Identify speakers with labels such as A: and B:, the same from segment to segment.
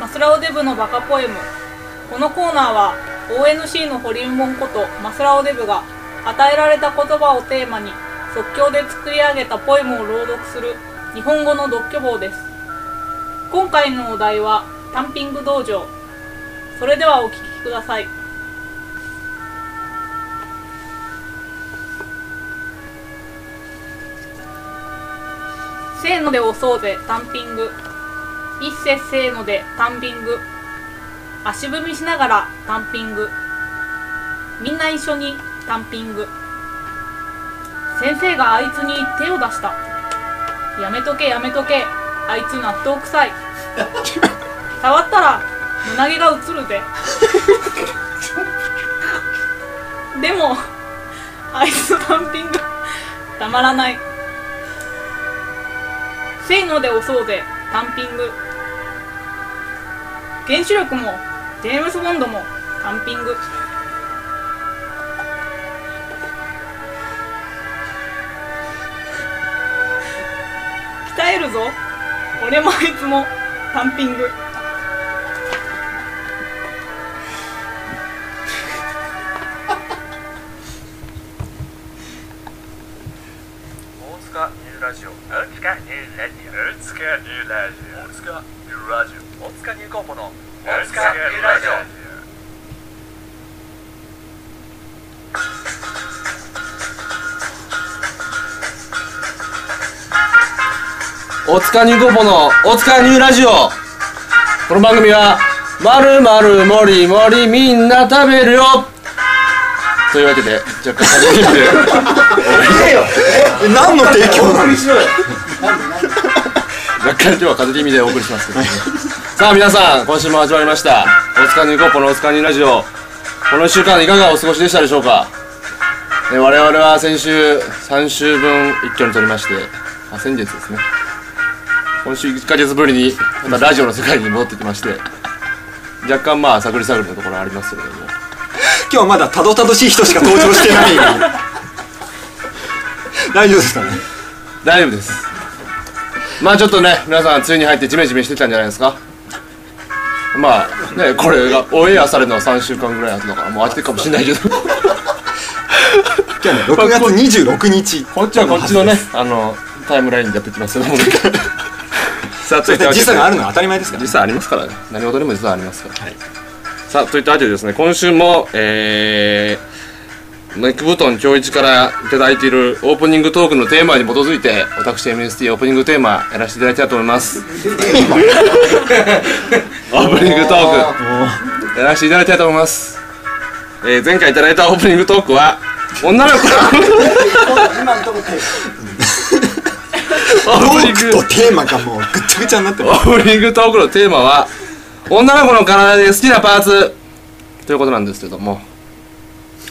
A: マスラオデブのバカポエムこのコーナーは ONC のホリモンことマスラオデブが与えられた言葉をテーマに即興で作り上げたポエムを朗読する日本語の読虚法です今回のお題はタンピング道場それではお聞きくださいせーので押そうぜタンピング一せせーのでタンピング足踏みしながらタンピングみんな一緒にタンピング先生があいつに手を出したやめとけやめとけあいつ納豆臭い触ったら胸毛が映るぜでもあいつのタンピングたまらないせーので押そうぜタンピング原子力もジェームス・ボンドもタンピング鍛えるぞ俺もあいつもタンピング
B: 大塚ニューラジオ大塚ニューラジオ大塚ニューラジオ大塚ニューラジオ大塚ニューコーポの大塚ニューラジオ
C: 大塚ニューコーポの大塚ニューラジオこの番組は「まるまるもりもりみんな食べるよ」というわけで若干始めて
D: 何の提供なの
C: 若干今日は風邪気味でお送りしますけど、ね、さあ皆さん今週も始まりました大塚ニューコーポの大塚ニューラジオこの1週間いかがお過ごしでしたでしょうか、ね、我々は先週3週分一挙に撮りましてあ先日ですね今週1ヶ月ぶりにまたラジオの世界に戻ってきまして若干まあ探り探りのところありますけれども
D: 今日まだたどたどしい人しか登場してない大丈夫ですかね
C: 大丈夫ですまあちょっとね皆さん梅雨に入ってジメジメしてたんじゃないですかまあねこれがオンエアされるのは3週間ぐらい後だからもう飽きてるかもしれないけど
D: 今日ね6月26日
C: こっちはこっちのね あのタイムラインでやってきますので さあとい
D: そ
C: っ
D: し
C: わけで
D: たて時差があるのは当たり前ですから
C: 時差ありますからね何事にも時差ありますから、
D: はい
C: さあといったわけでですね今週もえー、マイクブトン教一からいただいているオープニングトークのテーマに基づいて私 MST オープニングテーマやらせていただきたいと思います オープニングトークやらせていただきたいと思います、えー、前回いただいたオープニングトークは女の子のオープ
D: ト
C: ニン
D: ーク
C: グ
D: とテーマがもうぐっちゃぐちゃになって
C: オ
D: る
C: ープニングトークのテーマは女の子の体で好きなパーツということなんですけども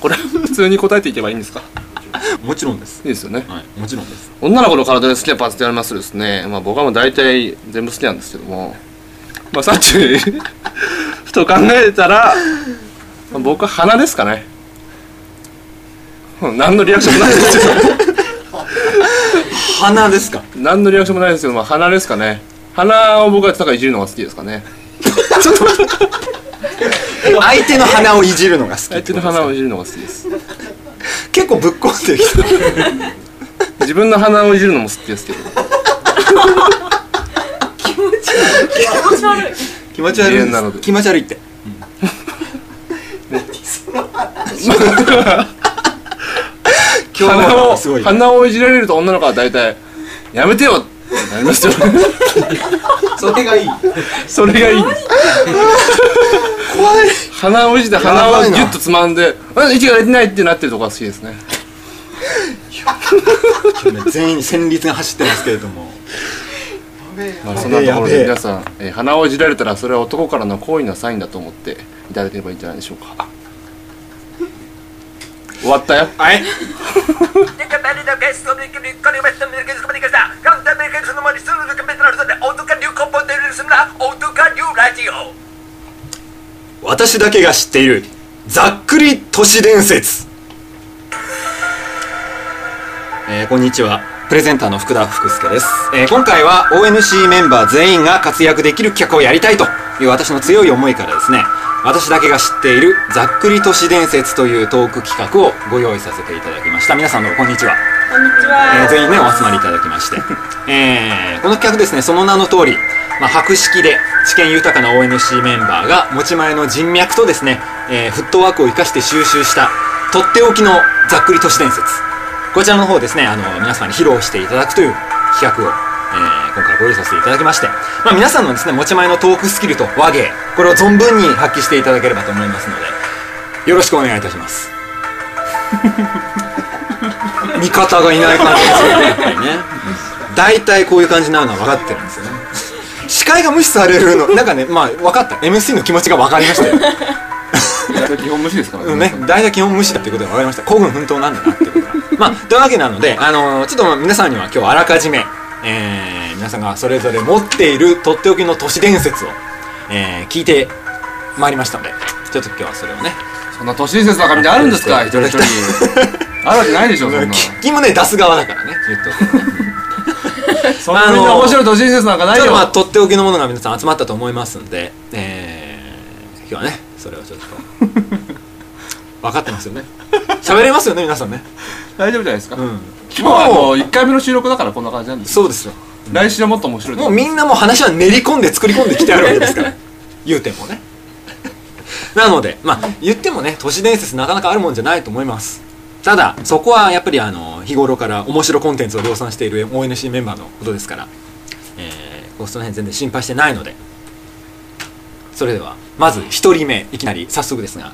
C: これは普通に答えていけばいいんですか
D: もちろんです
C: いいですよね
D: はいもちろんです
C: 女の子の体で好きなパーツって言われますとですね、まあ、僕はもう大体全部好きなんですけども、まあ、さっきふと考えたら、まあ、僕は鼻ですかねうん何のリアクションもないですけど
D: 鼻ですか
C: 何のリアクションもないですけど、まあ、鼻ですかね鼻を僕は高いじるのが好きですかね
D: 相手の鼻をいじるのが好き
C: 相手の鼻をいじるのが好きです
D: 結構ぶっこんでる人
C: 自分の鼻をいじるのも好きですけ ど
A: 気持ち悪い
D: 気持ち悪い
C: 人間なの
D: で
C: です
D: 気持ち悪いって今日
C: 鼻
D: の
C: を
D: すごい
C: 鼻をいじられると女の子は大体「やめてよ!」ってなり ますよ
D: それがいい
C: それがいいです
D: 怖い
C: 鼻をいじって鼻を
D: やばいな
C: ギュッとつまんで「うん息が出てない!」ってなってるとこが好きですね
D: 全員戦慄が走ってますけれども
C: まあそんなところ
D: や
C: で
D: べえ
C: 皆さん、えー鼻をいじられたらそれは男からの好意のサインだと思っていただければいいんじゃないでしょうか終わったよ
D: はい
B: デカベリのゲストでキビッコリウェットミルクスコミニケーションカウンターベリケーションの森スルルカベトナルソンで大塚ニューコーポデルスな大塚ニューラジオ
D: 私だけが知っているざっくり都市伝説、えーこんにちはプレゼンターの福田福助です、えー今回は ONC メンバー全員が活躍できる企画をやりたいという私の強い思いからですね私だけが知っているざっくり都市伝説というトーク企画をご用意させていただきました皆さんどうもこんにちは
A: こんにち
D: えー
A: は。
D: 全員ねお集まりいただきまして、 えーこの企画ですねその名の通り、まあ、博識で知見豊かな ONC メンバーが持ち前の人脈とですね、えーフットワークを生かして収集したとっておきのざっくり都市伝説こちらの方をですねあの皆様に披露していただくという企画を、えー今回ご用意させていただきまして、まあ、皆さんのですね持ち前のトークスキルと話芸これを存分に発揮していただければと思いますのでよろしくお願いいたします味方がいない感じですよねやっぱりね大体こういう感じになるのは分かってるんですよね司会が無視されるのなんかねまあ分かった MC の気持ちが分かりましたよ、
C: 基本無視ですから
D: うんね、大体基本無視だってことが分かりました興奮奮闘なんだなってことがまあというわけなので、あのーちょっとまあ皆さんには今日あらかじめ、えー皆さんがそれぞれ持っているとっておきの都市伝説を、えー聞いてまいりましたのでちょっと今日はそれをね
C: そんな都市伝説なんかみたいなのあるんですか一人一人 あるわけないでしょそんな
D: 聞きもね出す側だからね言っとくと
C: そんなみんな面白い都市伝説なんかない
D: ちょっ
C: よ
D: とまあとっておきのものが皆さん集まったと思いますんで、えー、今日はねそれをちょっと分かってますよね喋れますよね皆さんね
C: 大丈夫じゃないですか
D: う
C: 今
D: ん
C: 日はあの1回目の収録だからこんな感じなんです
D: そうですよ
C: 来週はもっと面白いと
D: もう
C: 思
D: みんなもう話は練り込んで作り込んできてあるわけですから 言うてもねなのでまあ言ってもね都市伝説なかなかあるもんじゃないと思いますただそこはやっぱりあの日頃から面白コンテンツを量産している ONC メンバーのことですから、えー、その辺全然心配してないのでそれではまず一人目いきなり早速ですが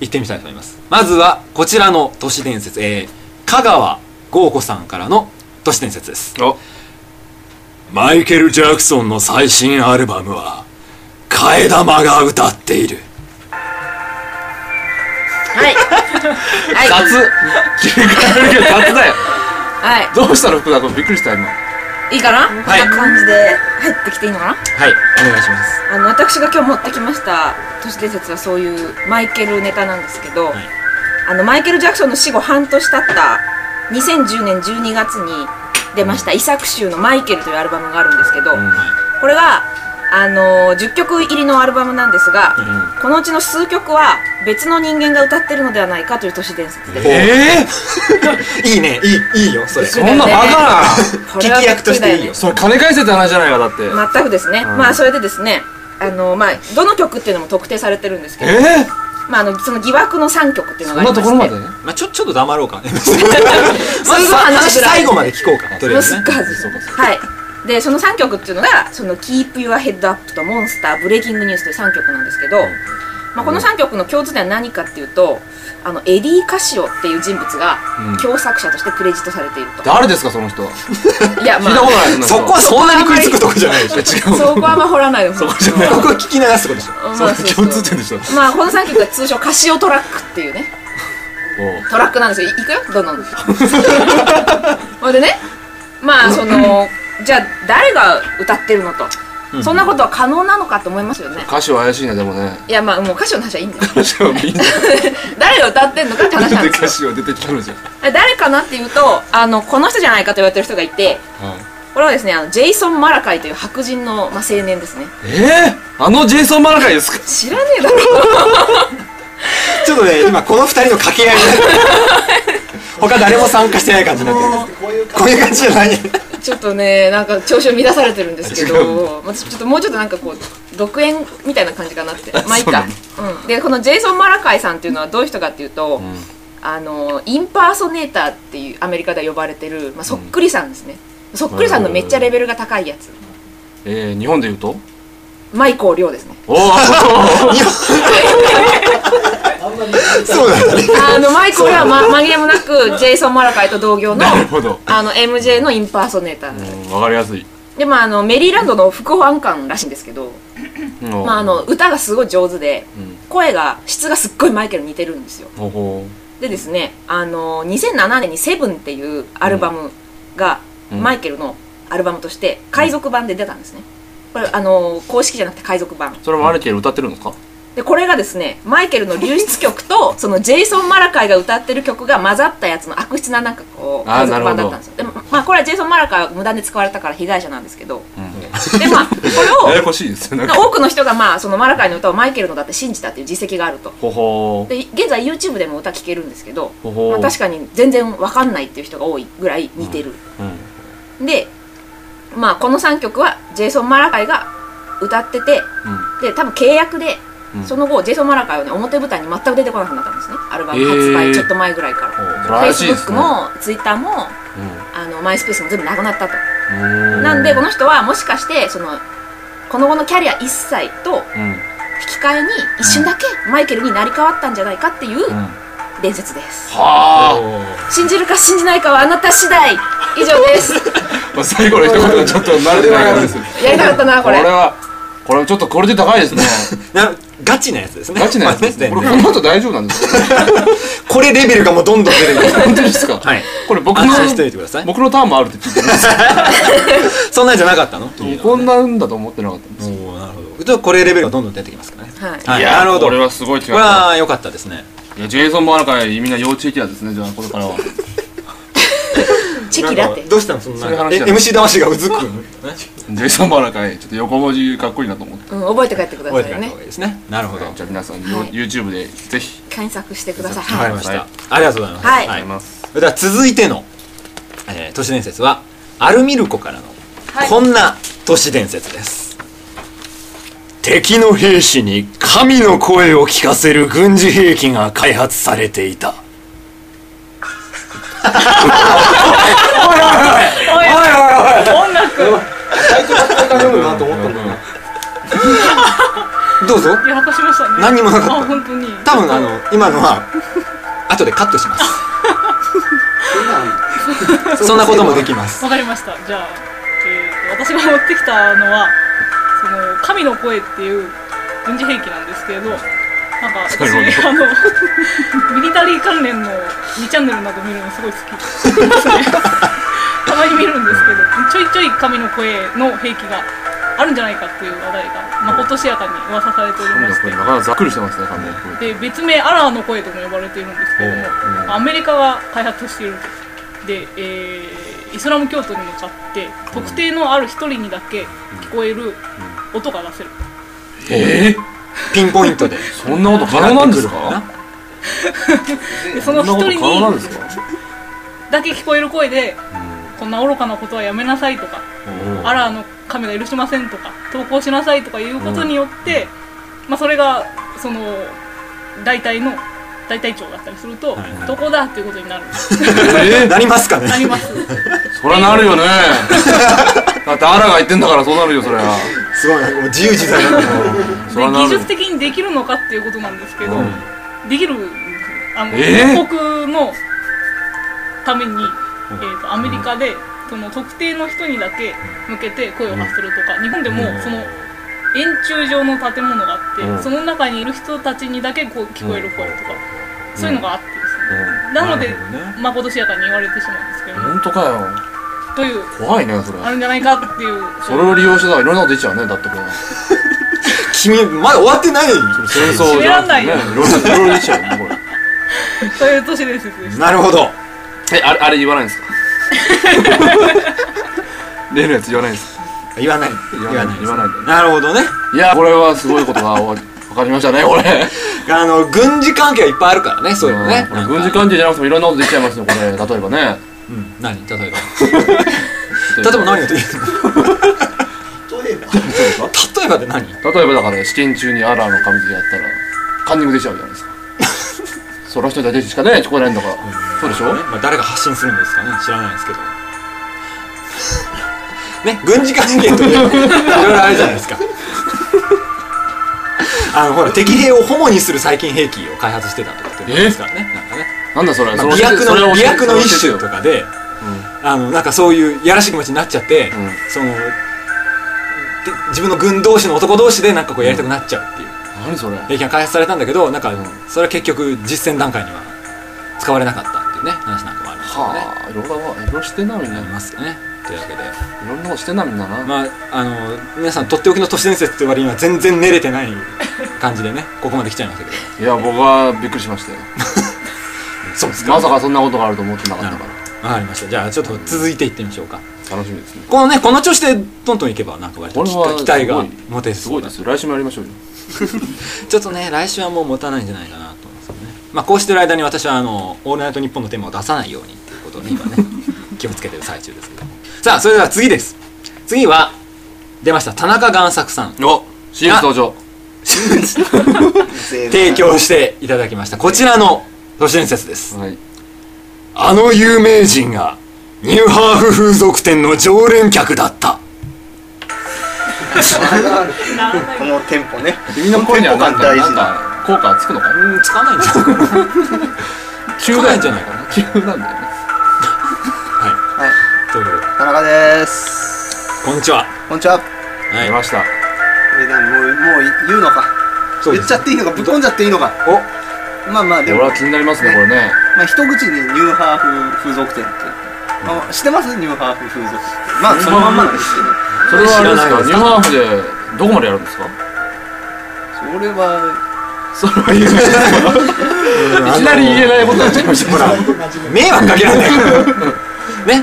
D: 行ってみたいと思いますまずはこちらの都市伝説、えー、香川豪子さんからの都市伝説です
C: お
D: マイケル・ジャクソンの最新アルバムは替え玉が歌っている
E: はい。はい。
C: 雑雑だよ
E: は
C: どうしたの福田君びっくりした今
E: い。いいかな
D: はい
E: こんな感じで入ってきていいのかな
D: はいお願いします
E: あの、私が今日持ってきました都市伝説はそういうマイケルネタなんですけど、
D: い
E: あの、マイケル・ジャクソンの死後半年経った2010年12月に出ました遺作集のマイケルというアルバムがあるんですけど、これが、あの10曲入りのアルバムなんですが、このうちの数曲は別の人間が歌ってるのではないかという都市伝説です。
C: ええ
D: いいねいいいいよそれ
E: 一
C: そ
E: 緒
C: んなバカな
E: これは
D: 聞き役としていいよ
C: それ金返せって話じゃないかだって
E: 全くですね、
C: ん
E: まあそれでですねあのまあどの曲っていうのも特定されてるんですけど、
C: ええ
E: まあ、あのその疑惑の3曲っていうの
C: そん
E: があ
C: な
E: りまし
C: と
E: て
C: ころまでね
D: まあ、ちょちょっと黙ろう かねまず
E: すごい話しづらい
D: 最後まで聞こうかとりあ
E: も
D: え
E: うす
D: ず
E: っ
D: ね
E: ごい外すはいでその3曲っていうのがその「Keep Your Head Up」と「モンスター」「ブレイキングニュース」という3曲なんですけど、まあ、この3曲の共通点は何かっていうとあのエディ・カシオっていう人物が
C: うん
E: 共作者としてクレジットされていると、
C: 誰ですかその人聞い
E: いやま
C: たことな
E: あ
C: いそんな人
D: そこはそんなに食いつくとこじゃないでしょ
C: 違う
E: そこはまあ掘らないでほしい
D: ここは聞き流すとこでしょ
E: まあ
C: そんな
E: そうそう
C: 共通点でしょ
E: まあこの3曲が通称カシオトラックっていうねトラックなんですよいいくよどんどん ほんでねまあそのじゃあ誰が歌ってるのと、そんなことは可能なのかと思いますよね
C: 歌詞は怪しいねでもね
E: いやまあもう歌手の話はいいんだよ
C: 歌詞はみんな
E: 誰が歌ってんのかって話なん
C: で
E: です よ
C: 歌詞は出てきたのじゃん
E: 誰かなっていうとあのこの人じゃないかと言われてる人がいてこれはですねあのジェイソン・マラカイという白人の、まあ、青年ですね
C: ええあのジェイソン・マラカイですか
E: 知らねえだろ
D: ちょっとね今この二人の掛け合いになってる 他誰も参加してない感じになってるこういう感じじゃない
E: ちょっとねなんか調子を乱されてるんですけ
C: あ違うん
E: ど、まあ、ちょっともうちょっとなんかこう独演みたいな感じかなってまあいいかう、ん、でこのジェイソン・マラカイさんっていうのはどういう人かっていうと、あのインパーソネーターっていうアメリカでは呼ばれてる、まあ、そっくりさんですね、そっくりさんのめっちゃレベルが高いやつ
C: ええ日本で言うと
E: マイコー亮ですね
C: おお
D: そうなんだね
E: あのマイコー亮は、ま、紛れもなくジェイソン・マラカイと同業の
C: なるほど
E: あの MJ のインパーソネーターなんです
C: うんわかりやすい
E: でまああのメリーランドの副保安官らしいんですけど、まあ、あの歌がすごい上手で、
C: うん
E: 声が質がすっごいマイケルに似てるんですよ
C: ほほ
E: でですねあの2007年に「セブンっていうアルバムが、
C: うん
E: マイケルのアルバムとして海賊版で出たんですねこれあの公式じゃなくて海賊版
C: それマルケル歌ってるんですか
E: でこれがですねマイケルの流出 曲とそのジェイソン・マラカイが歌ってる曲が混ざったやつの悪質ななんかこう
C: あー
E: 海賊版だったんですよでもまあこれはジェイソン・マラカイは無断で使われたから被害者なんですけど、
C: うん
E: でまあこ
C: や
E: れ
C: や
E: を
C: こしいですよなんか
E: 多くの人がまあそのマラカイの歌をマイケルのだって信じたっていう実績があると
C: ほほ
E: で現在 YouTube でも歌聴けるんですけど、
C: ほほ
E: まあ、確かに全然わかんないっていう人が多いぐらい似てる、でまあこの3曲はジェイソン・マラカイが歌っててで多分契約で、
C: うん
E: その後ジェイソン・マラカイはね表舞台に全く出てこなくなったんですねアルバム
C: へー
E: 発売ちょっと前ぐらいから、
C: 素晴
E: Facebook
C: らしいですね
E: も Twitter もあのマイスペースも全部なくなったと、なんでこの人はもしかしてそのこの後のキャリア一切と
C: うん
E: 引き換えに一瞬だけマイケルになり変わったんじゃないかっていう
C: うん
E: 伝説です、
C: はあ
D: あ
E: 信じるか信じないかはあなた次第以上です
C: まあ最後の一言はちょっと慣れてないからです
E: やりたかったなこ
C: こ
E: れ
C: れはこれちょっとクオリティ高いですね
D: なガチなやつですね
C: ガチなやつですねこ
D: まあ
C: れ
D: ね
C: この後大丈夫なんですか
D: これレベルがもうどんどん出てくる
C: 本当ですか
D: はい
C: これ僕の
D: 安心しておいてください
C: 僕のターンもあるって聞いてます
D: そんなんじゃなかったの
C: こんなんだと思ってなかったんです
D: おおなるほどちょっとこれレベルがどんどん出てきますからね
E: は
D: は
E: い
D: い
C: やー
D: なるほど
C: これはすごい違った
D: これは良かったですね
C: いやジェイソン・マラカイみんな幼稚キラですねじゃあこれ からは
E: チェキだって
D: どうしたのそんな
C: そういう話
D: え
C: じゃない
D: MC 魂がうずく
C: ジェイソン・マラカイちょっと横文字かっこいいなと思って
E: うん、覚えて帰ってくださ
D: 覚え
E: い
D: てな
E: よ
D: い
E: ね
D: 方がいいです ねなるほどわ
C: じゃあ
D: か
C: 皆さん、
E: はい
C: YouTube でぜひ
E: 検索してください
D: り
E: は
D: まし
C: は
D: た
C: い
D: ありがとうございます
E: はい
C: あります
D: では続いての、えー都市伝説はアルミルコからの
A: はい
D: こんな都市伝説です、敵の兵士に神の声を聞かせる軍事兵器が開発されていたおいおいおいおいおいおい音楽なと思ったんだどうぞ
A: やらかしましたね
D: 何にもなかった
A: あ本当に
D: 多分あの今のは後でカットしますそんなこともできます
A: わかりましたじゃあ、えーと私が持ってきたのはその神の声っていう軍事兵器なんですけれどなんか私
C: ごいね
A: あのミリタリー関連の2チャンネルなど見るのすごい好き ですねたまに見るんですけどちょいちょい神の声の兵器があるんじゃないかっていう話題がまことしやかに噂されておりま
C: な
A: し
C: か
A: て
C: なかざっくりしてますね神の声
A: で別名アラーの声とも呼ばれているんですけれども、アメリカが開発しているで、えーイスラム教徒に向かって特定のある一人にだけ聞こえる音が出せる、
C: ええ
D: ピンポイントで
C: そんなこと可能なんですか
A: でその一人
C: 可能なんで
A: に
C: すか
A: だけ聞こえる声で、こんな愚かなことはやめなさいとか、アラーの神が許しませんとか投稿しなさいとかいうことによって、まあ、それがその大体の大隊長だったりすると、
D: はいはい
A: どこだっていうことになる
C: ええ
D: なりますかね
A: なります
C: そりゃなるよねだってアラが言ってんだからそうなるよそりゃ
D: すごいもう自由自在なんだ
C: そ
A: で
C: りゃな
A: 技
C: るよ
A: 術的にできるのかっていうことなんですけど、
C: うん
A: できるんですよあの、
C: えー
A: 報告のために、えー、とアメリカでその特定の人にだけ向けて声を発するとか、日本でもその円柱状の建物があって、
C: うん
A: その中にいる人たちにだけこう聞こえる声とか、そういうのがあってですね、
C: う
A: なので
D: なるほどね
A: まことしやかに言われてしまうんですけど、
C: ん本当かよ
A: という
C: 怖いねそれ
A: あるんじゃないかっていう
C: それを利用してたらいろんなこと言っちゃうねだってこれ
D: 君まだ終わってない
C: 戦争じゃなくてね
A: 知ら
C: いろいろいろいろ言っちゃうねこ
A: そういう都市伝説でした
D: なるほど
C: れえあれあれ言わないんですか例のやつ言わないんですか
D: 言わない言
C: わない
D: です
C: 言わないんだ
D: なるほどね
C: いやこれはすごいことがわわかりましたねこれ
D: あの軍事関係はいっぱいあるからねそういうのね
C: これ軍事関係じゃなくてもいろんなことできちゃいますよこれ例えばね
D: うん何例えば例えば何が出てくるの例えばって何
C: 例えばだから試験中にアラーの紙でやったらカンニングできちゃうじゃないですかその人だけしかね聞こえないんだから、そうでしょ、
D: ねまあ、誰が発信するんですかね知らないですけどね軍事関係とかいろいろあるじゃないですかあのほら敵兵をホモにする細菌兵器を開発してたとかっていうのですからねなんかね、
C: なんだそれ、
D: ま
C: そ
D: あ、
C: の
D: 媚薬
C: それ
D: の
C: を
D: 媚薬の一
C: それ
D: 種
C: を教
D: とかで、あのなんかそういうやらしい気持ちになっちゃって、
C: ん
D: そので自分の軍同士の男同士でなんかこうやりたくなっちゃうっていう
C: えて何それ
D: 兵器が開発されたんだけどなんかそれは結局実践段階には使われなかったっていうね話なんかもありますよね
C: はあいろいろいろいろしてんなみんな
D: あり
C: い
D: ますよねというわけで
C: ろんなことしてんなみんなな、
D: まああの皆さんとっておきの都市伝説って割には全然寝れてない感じでね ここまで来ちゃいましたけど
C: いや僕はびっくりしましたよ
D: そうです
C: まさかそんなことがあると思ってなかったから
D: わかりましたじゃあちょっと続いていってみましょうか
C: 楽しみですね
D: このねこの調子でどんどんいけばなんか割と期
C: これは
D: 期待が
C: すごい
D: 持て
C: す
D: そ
C: ご
D: う
C: いで
D: だ
C: すよ来週もやりましょうよ
D: ちょっとね来週はもう持たないんじゃないかなと思うんですよねまあこうしてる間に私はあの「オールナイトニッポン」のテーマを出さないようにっていうことをね今ね 気をつけてる最中ですけどもさあそれでは次です次は出ました田中贋作さん
C: お CS 登場
D: 提供していただきましたこちらの都市伝説です
C: はい
D: あの有名人がニューハーフ風俗店の常連客だった
A: ならない
F: このテンポね
C: 君の声にはなん
F: この
C: か
F: テン
C: なんか
F: ポ感大事な
C: 効果はつくのかい
D: うんつかないんじゃないかな
C: 急
D: つか
C: 急なんだ
D: ないんじゃないかな
C: よね
F: はい
D: ということで
F: 田中です
D: こんにちは
F: こんにちは
D: は
C: 出ました
F: えなもうもう言うのか
D: そうで
F: 言っ
D: す
F: ちゃっていいのかぶっこんじゃっていいのか
D: お
F: まあまあ
C: こ
F: で
C: れ
F: も
C: は気になりますねこれね
F: まあ、一口にニューハーフ風俗店って言って、あ知ってますニューハーフ風俗店まあそのまんまなんですけど
C: それはあれです
D: 知らな
C: か
D: い
C: ニ
D: です
C: ューハーフでどこまでやるんですか
F: それは
C: それは言えないいきなり言えないことになっちゃいました
D: ほ ら迷惑かけらんない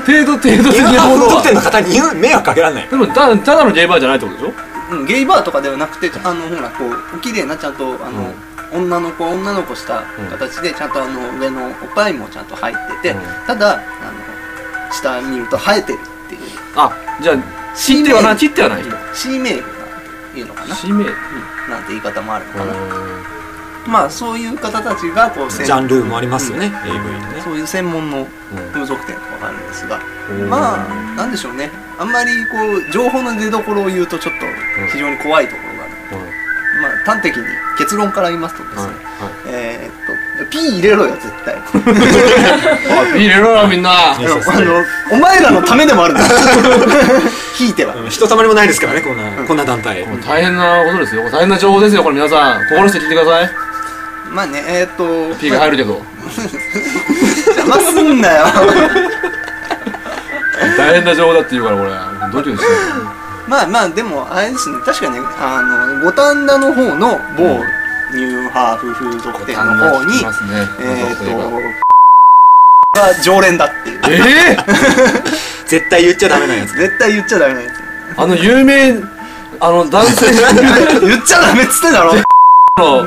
D: ね
C: 程度程度的
D: ニュー
C: な
D: ハー
C: も
D: フ
C: の
D: 得点
C: は
D: の方に言う迷惑かけらんない
C: でもたただのゲイバーじゃないってことでしょ
F: うんゲイバーとかではなくてあのほらこう綺麗なちゃんとあの、女の子女の子した形でちゃんとあの上のおっぱいもちゃんと入ってて、
C: うん
F: ただあの下見ると生えてるっていう
C: あじゃあ知ってはない知ってはない人
F: C メールっていうのかな、
C: 氏名
F: うんなんて言い方もあるのかな、まあそういう方たちがこう
D: ジャンルもありますよね AV のね
F: そういう専門の風俗店とかがあるんですが、まあなんでしょうねあんまりこう情報の出所を言うとちょっと非常に怖いところがある、まあ端的に結論から言いますとですね、えーっとピー入れろよ絶 対
C: ビールローラみんな
D: そうそう
F: あのお前らのためでもあるん だ引いては
D: うんひとたまりもないですからねこんなこんな団体
C: もう大変なことですよ大変な情報ですよこれ皆さん心して聞いてください
F: まあねえーっと
C: P が入るけど
F: 邪魔すんなよ
C: 大変な情報だって言うからこれドキドキしてる
F: まあまあでもあれですね確かにねあの五反田の方の某ニューハーフ風俗店の方に、
C: ますね
F: えーっとが常連だってい
C: え
F: う
D: 絶対言っちゃダメなやつ
F: 絶対言っちゃダメな やつ
C: ーあの有名あの男性
F: 言っちゃダメっつってんだろ
C: の
F: そ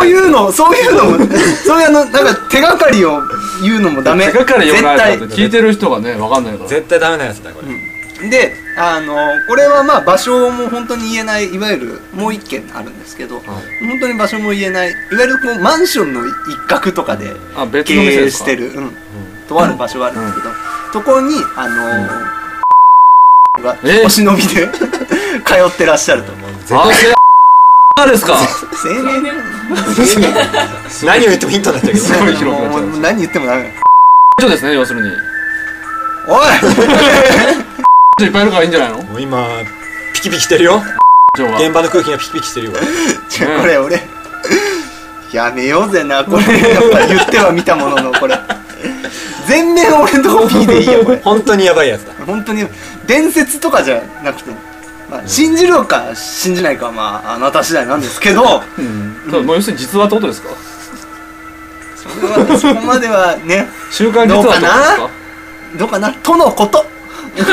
F: う
C: う
F: いうのそういうのもそういうあのなんか手がかりを言うのもダメ
C: 手がかりよ
F: 絶
C: くない
F: 対
C: から聞いてる人がねわかんないから
D: 絶対ダメなやつだこれ
F: であのこれはまあ場所も本当に言えないいわゆるもう一軒あるんですけど、本当に場所も言えないいわゆるこうマンションの一角とかで
C: あ別
F: 経
C: の店で
F: 営
C: す
F: し
C: か
F: てる、うんとある場所があるんですけど、そこにあのが
C: えー
F: お忍 びで通ってらっしゃると
C: 男性ですか
F: 青年
D: 何を言ってもヒントになっちゃうけど
C: すごい広くなっちゃう
F: もう何言ってもダメ
C: 以上ですね要するに
F: おい
C: いっぱいいるからいいんじゃないの
D: もう今ピキピキしてるよ
C: 以上は
D: 現場の空気がピキピキしてるよ
F: ちょこれ俺やめようぜな これやっぱ言っては見たもののこれ全面俺のとこ P でいいよこれ
D: 本当にヤバいやつだ
F: 本当に伝説とかじゃなくて、まあ、信じるか信じないかはまああなた次第なんですけど
C: うんそうもう要するに実話ってことですか
F: それはそこまではね
C: 週刊実話ってことですか
F: どうかなとの こと
D: な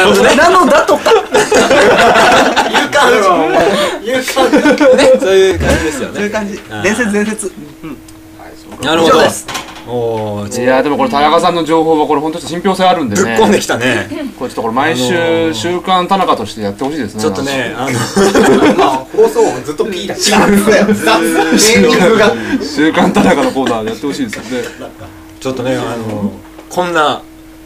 D: るほどね
F: なのだとか言うか
D: ねそういう感じですよ
F: そういう
D: ね
F: 感じ
D: あー
F: 伝説伝説うん
D: なる
F: 以
D: ほ
F: 上
D: ど
F: です
D: おお
C: い
D: ぶ
C: やでもこれ田中さんの情報はこれ本当に信憑性あるんでね
D: っこんできたね
C: これちょっとこれ毎
D: あのー
C: 週週刊田中としてやってほしいですね
D: ちょっとねあの
G: まあ放送音ずっと P だし
F: 雑だよ雑ネーミングが
C: なんか週刊田中のコーナーやってほしいですよね
D: ちょっとねあのこんな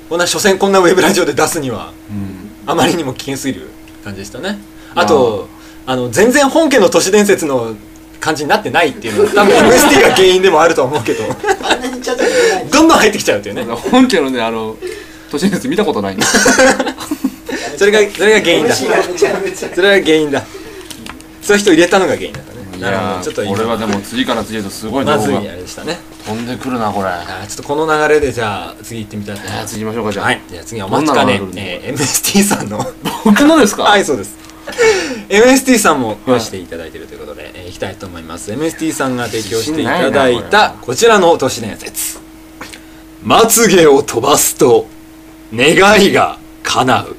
D: こんな所詮こんなウェブラジオで出すには
C: うん
D: あまりにも危険すぎる感じでしたねあとあの全然本家の都市伝説の感じになってないっていうのは多分 MST が原因でもあるとは思うけど
G: あんなにちゃちゃしてない
D: どんどん入ってきちゃうっていうね
C: 本家のねあの都市伝説見たこと ないんで
D: それがそれが原因だ
G: しやめちゃやめちゃ
D: それが原因だそういう人を入れたのが原因だったね
C: い
D: なるほ
C: や
D: どちょっと
C: ー
D: 今
C: これはでも次から次へとすごい情
D: まず
C: 報
D: い
C: が
D: あれでしたね
C: 飛んでくるなこれ
D: あーちょっとこの流れでじゃあ次行ってみたいと思い
C: えー
D: ます
C: 次行きましょうかじゃあ
D: はいじゃあ次はお待ち
C: ど
D: かね
C: んなのがあるんだろう
D: えー MST さんの
C: 僕のですか
D: はい、そうです。MST さんも用意していただいているということで、えーいきたいと思います。MST さんが提供していただい
C: 自信ないな
D: たこちらの都市伝説。まつげを飛ばすと願いが 叶う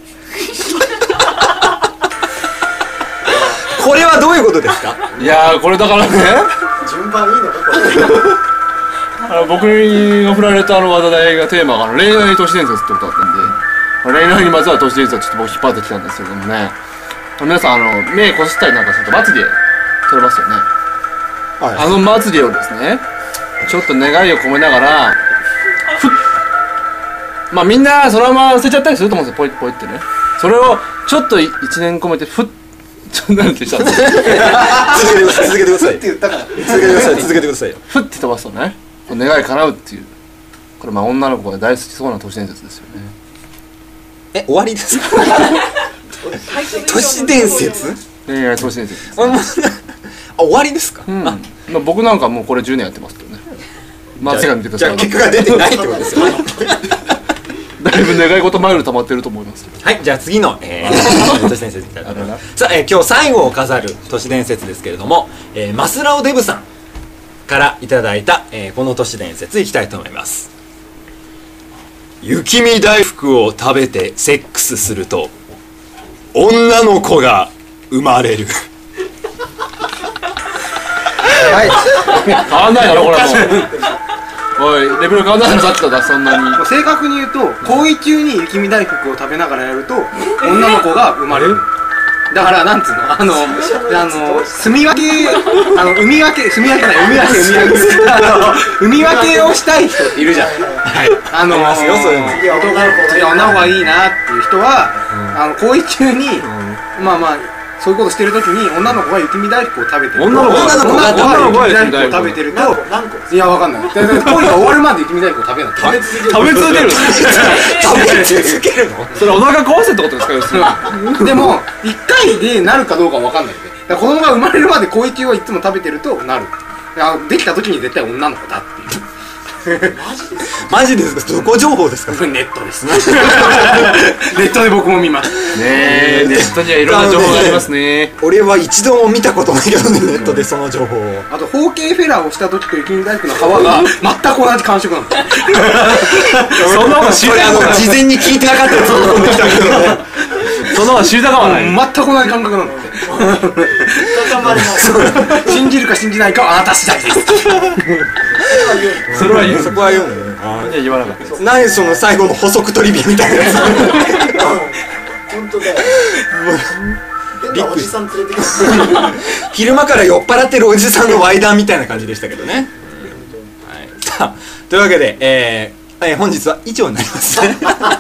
D: これはどういうことですか
C: いやーこれだからね
G: 順番いいのかこれ
C: あの僕が振られたあの話題がテーマがあの恋愛都市伝説ってことだったんでまあ恋愛にまつわる都市伝説はちょっと僕引っ張ってきたんですけどもね皆さんあの目こすったりなんかするとまつげ取れますよねあのまつげをですねちょっと願いを込めながらふっまあみんなそのまま捨てちゃったりすると思うんですよポイポイってねそれをちょっと1年込めてふっちょっとなんてしたんですよ
D: 続けてください続けてください
G: って言ったから
D: 続けてください続けてくださいよ
C: ふって飛ばすとね願い叶うっていうこれまあ女の子が大好きそうな都市伝説ですよね
D: え終わり ですか都市伝説
C: 恋愛都市伝説です
D: あもうなあ終わりですか、
C: うん、まあ、僕なんかもうこれ10年やってますけどねまあ手が見てくだ
D: じゃ
C: さ
D: あ
C: い
D: 結果が出てないってことですよね
C: だいぶ願い事マイル溜まってると思いますけど
D: はいじゃあ次の、えー 都市伝説みたいなさあ、えー今日最後を飾る都市伝説ですけれども、えーマスラオデブさんからいただいた、えーこの都市伝説いきたいと思います雪見大福を食べてセックスすると女の子が生まれる
C: 変わんないだろこれもうおいレベル変わんないだろさっきとだそんなに
G: もう正確に言うと講義中に雪見大福を食べながらやると女の子が生まれるだからなんつうのあのあの住み分けあの海分け住み分けない海分け海分けあの海分けをしたい人っているじゃん
D: はい
G: あのー、
D: ますよそういうの
G: 次は男の子次は女の子がいいなっていう人は、あの行為中に、まあまあそういうことしてる時に女の子が雪見大福を食べてる
C: 女の子が
G: 女の子が雪見
C: 女の子が雪見大福
G: 大福を食べてる
F: 何個
G: と
F: 何個
G: いやわかんないだから行為が終わるまで雪見大福を食べなきゃ
F: 食べ続ける
C: 食べ続ける
D: 続けるの
C: それお腹壊せってことですか要するに
G: でも1回でなるかどうかわかんないんでだから子供が生まれるまで行為中はいつも食べてるとなるあできた時に絶対女の子だっていう
D: マジですかどこ情報ですか
G: こ れネットです ネットで僕も見ます
C: ねえネットにはいろんな情報がありますね
D: 俺は一度も見たことないけどねネットでその情報を
G: あと包茎フェラーをした時と雪見大福の皮が全く同じ感触なんですよ
C: そんなこと知
D: これあの事前に聞いてなかったやつを持ってきたけどね
C: そんなこと知りたかはない
G: 全く同じ感覚なんですよ頑 張信じるか信じないかはあなた次第です
C: それは言う
D: そこは言うんだよね
C: いや言わなかったです
D: 何その最後の補足トリビアみたいなやつ
G: 本当だよ
D: びっ
G: 変
D: くり
G: さん連れてきた
D: 昼間から酔っ払ってるおじさんのワイダーみたいな感じでしたけどね、はい、さあというわけ で、えーえー本日は以上になり ますね
C: なんか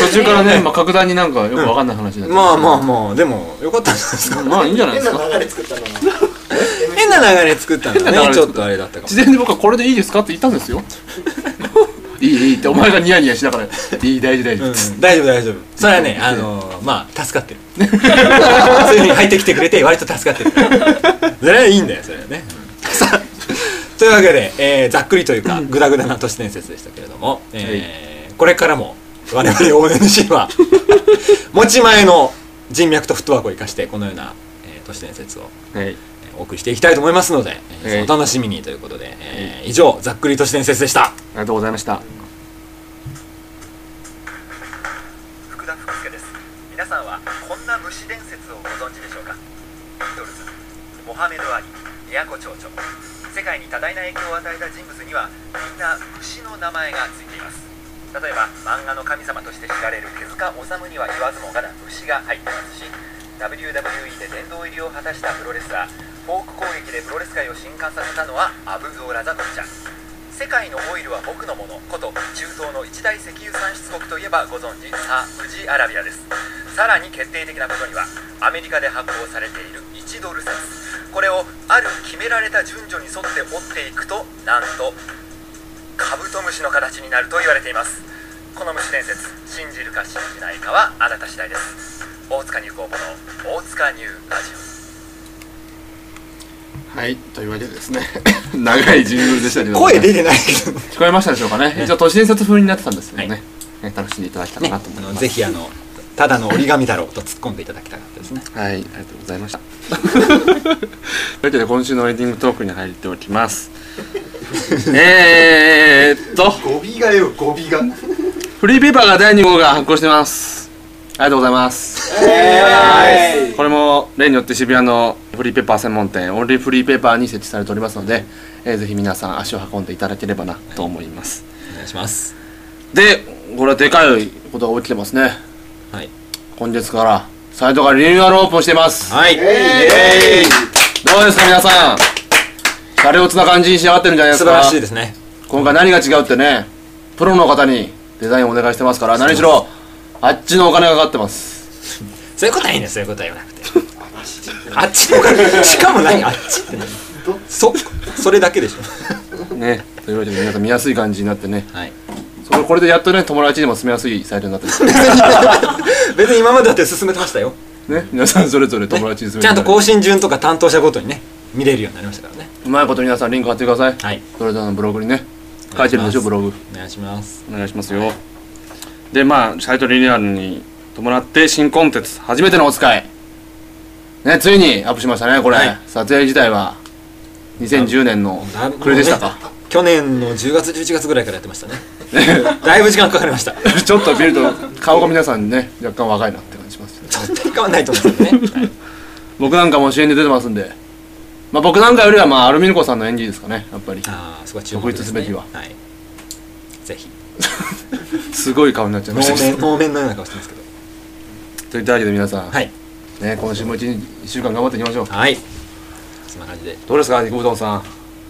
C: 途中からね、まあ、格段になんかよくわかんない話になって
D: まあまあまあでもよかったんじゃないですか
C: まあいいんじゃないですか
G: 流れ作ったの
D: 変な流れ作ったん
C: 変な
D: だ
C: 流
D: ね
C: れ
D: ち
C: 作っ
D: ょ
C: た
D: っとあれだったかも
C: 事前に僕はこれでいいですかって言ったん ですよいいいいってお前がニヤニヤしながら「いい大事大事」っつって
D: うん大丈夫大丈夫それはねあのーまあ助かってるそういうふうに入ってきてくれて割と助かってる それはいいんだよそれはねさあというわけで、えーざっくりというかグダグダな都市伝説でしたけれども、えーこれからも我々 ONC は持ち前の人脈とフットワークを生かしてこのような、えー都市伝説を
C: はい
D: えーお送りしていきたいと思いますので、えー
C: はい
D: お楽しみにということで、えー以上ざっくり都市伝説でした
C: ありがとうございました
B: 福田福助です皆さんはこんな虫伝説をご存知でしょうかビートルズモハメド・アリ都町長世界に多大な影響を与えた人物にはみんな虫の名前がついています例えば漫画の神様として知られる手塚治虫には言わずもがな虫が入ってますし WWE で殿堂入りを果たしたプロレスラーフォーク攻撃でプロレス界を震撼させたのはアブゾーラ・ザ・ドッチャ世界のオイルは僕のものこと中東の一大石油産出国といえばご存知サウジアラビアですさらに決定的なことにはアメリカで発行されている1ドル札これをある決められた順序に沿って折っていくとなんとカブトムシの形になると言われていますこの虫伝説信じるか信じないかはあなた次第です大塚入高校の大塚ニューラジオ
C: はいというわけでですね長いジングルでしたけどもね、
D: 声出てないけど
C: 聞こえましたでしょうかね一応都市伝説風になってたんですけどね,、
D: はい
C: ね楽しんでいただけたら
D: ね、
C: なと思
D: あ
C: いま
D: の
C: す、
D: ぜひあのただの折り紙だろうと突っ込んでいただきたかったですね
C: はい、ありが とうございました。というわけで今週のエンディングトークに入っておきます。えーっと
G: 語尾がよ語尾が
C: フリーペーパーが第2号が発行してますありがとうございますこれも例によって渋谷のフリーペーパー専門店オンリーフリーペーパーに設置されておりますので、えーぜひ皆さん足を運んでいただければなと思います
D: お願いします
C: でこれはでかいことが起きてますね
D: はい
C: 今月からサイトがリニューアルオープンしています
D: はい
C: どうですか皆さんシャレオツな感じに仕上がってるんじゃないです
D: 素晴
C: から
D: しいですね
C: 今回何が違うってねプロの方にデザインをお願いしてますから何しろあっちのお金がかかってます
D: そういうことはいいねそういうことは言わなくてあっちの方しかも何あっちって何そそれだけでしょ
C: ねというわけで皆さん見やすい感じになってね
D: はい
C: それこれでやっとね友達にも住みやすいサイトになってます
D: 別に今までだって進めてましたよ
C: ね皆さんそれぞれ友達に住み
D: ちゃんと更新順とか担当者ごとにね見れるようになりましたからね
C: うまいこと皆さんリンク貼ってください
D: はい
C: それぞれのブログにね書いてるでしょブログ
D: お願いします
C: お願いしますよでまあサイトリニューアルに伴って新コンテンツ初めてのお使いねついにアップしましたねこれ、
D: はい
C: 撮影自体は2010年の暮れでしたか
D: 去年の10月11月ぐらいからやってましたねだいぶ時間かかりました
C: ちょっと見ると顔が皆さんね若干若いなって感じします
D: 絶対変わんないと思うんですけどね、はい
C: 僕なんかも主演で出てますんでまあ僕なんかよりはまあアルミルコさんの演技ですかねやっぱり
D: ああそこは注目で
C: 独
D: す、ね、
C: 立すべきはい
D: ぜひ
C: すごい顔になっちゃいま
D: 能
C: した
D: 面能面のような顔してますけど
C: といったわけで皆さん、
D: はい
C: ね今週も一日一週間頑張っていきましょう
D: はいそんな感じで
C: どうですか肉うどんさん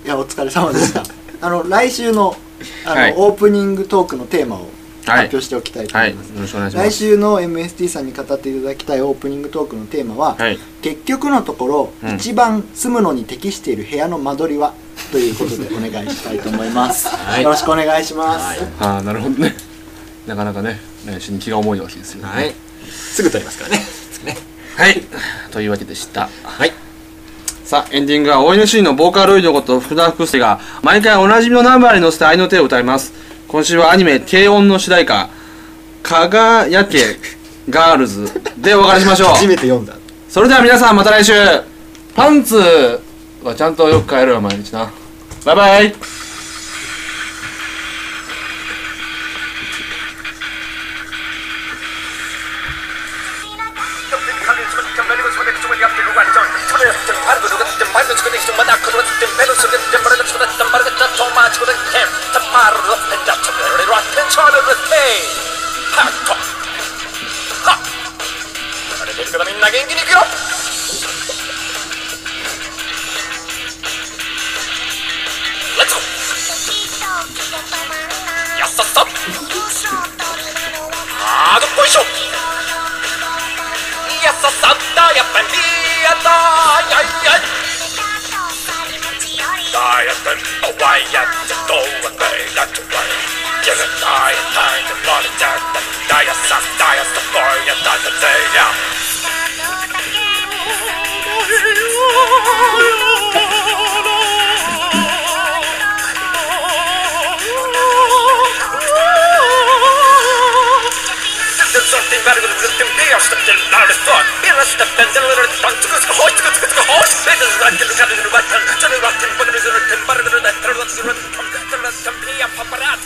H: いやお疲れ様でしたあの来週のあの、
C: はい
H: オープニングトークのテーマを
C: は
H: 発
C: い
H: 表しておきたいと
C: は
H: 思
C: い
H: い
C: よ
H: ます、
C: ろしくお願いしま
H: 来
C: す
H: 週の MST さんに語っていただきたいオープニングトークのテーマは、
C: はい
H: 結局のところ、
C: うん
H: 一番住むのに適している部屋の間取りはということでお願いしたいと思います、
D: はい
H: よろしくお願いします、
C: ああなるほどねなかなかね練習に気が重いわけですよね
D: はいすぐ撮りますからね すぐね
C: はいというわけでした
D: はい
C: さあエンディングは ONC のボーカルロイドこと福田福助が毎回おなじみのナンバーに乗せて愛の手を歌います今週はアニメ「軽音」の主題歌「輝けガールズ」でお別れしましょう
D: 初めて読んだ
C: それでは皆さんまた来週パンツはちゃんとよく変えるよ毎日なバイバイ
I: パパラッ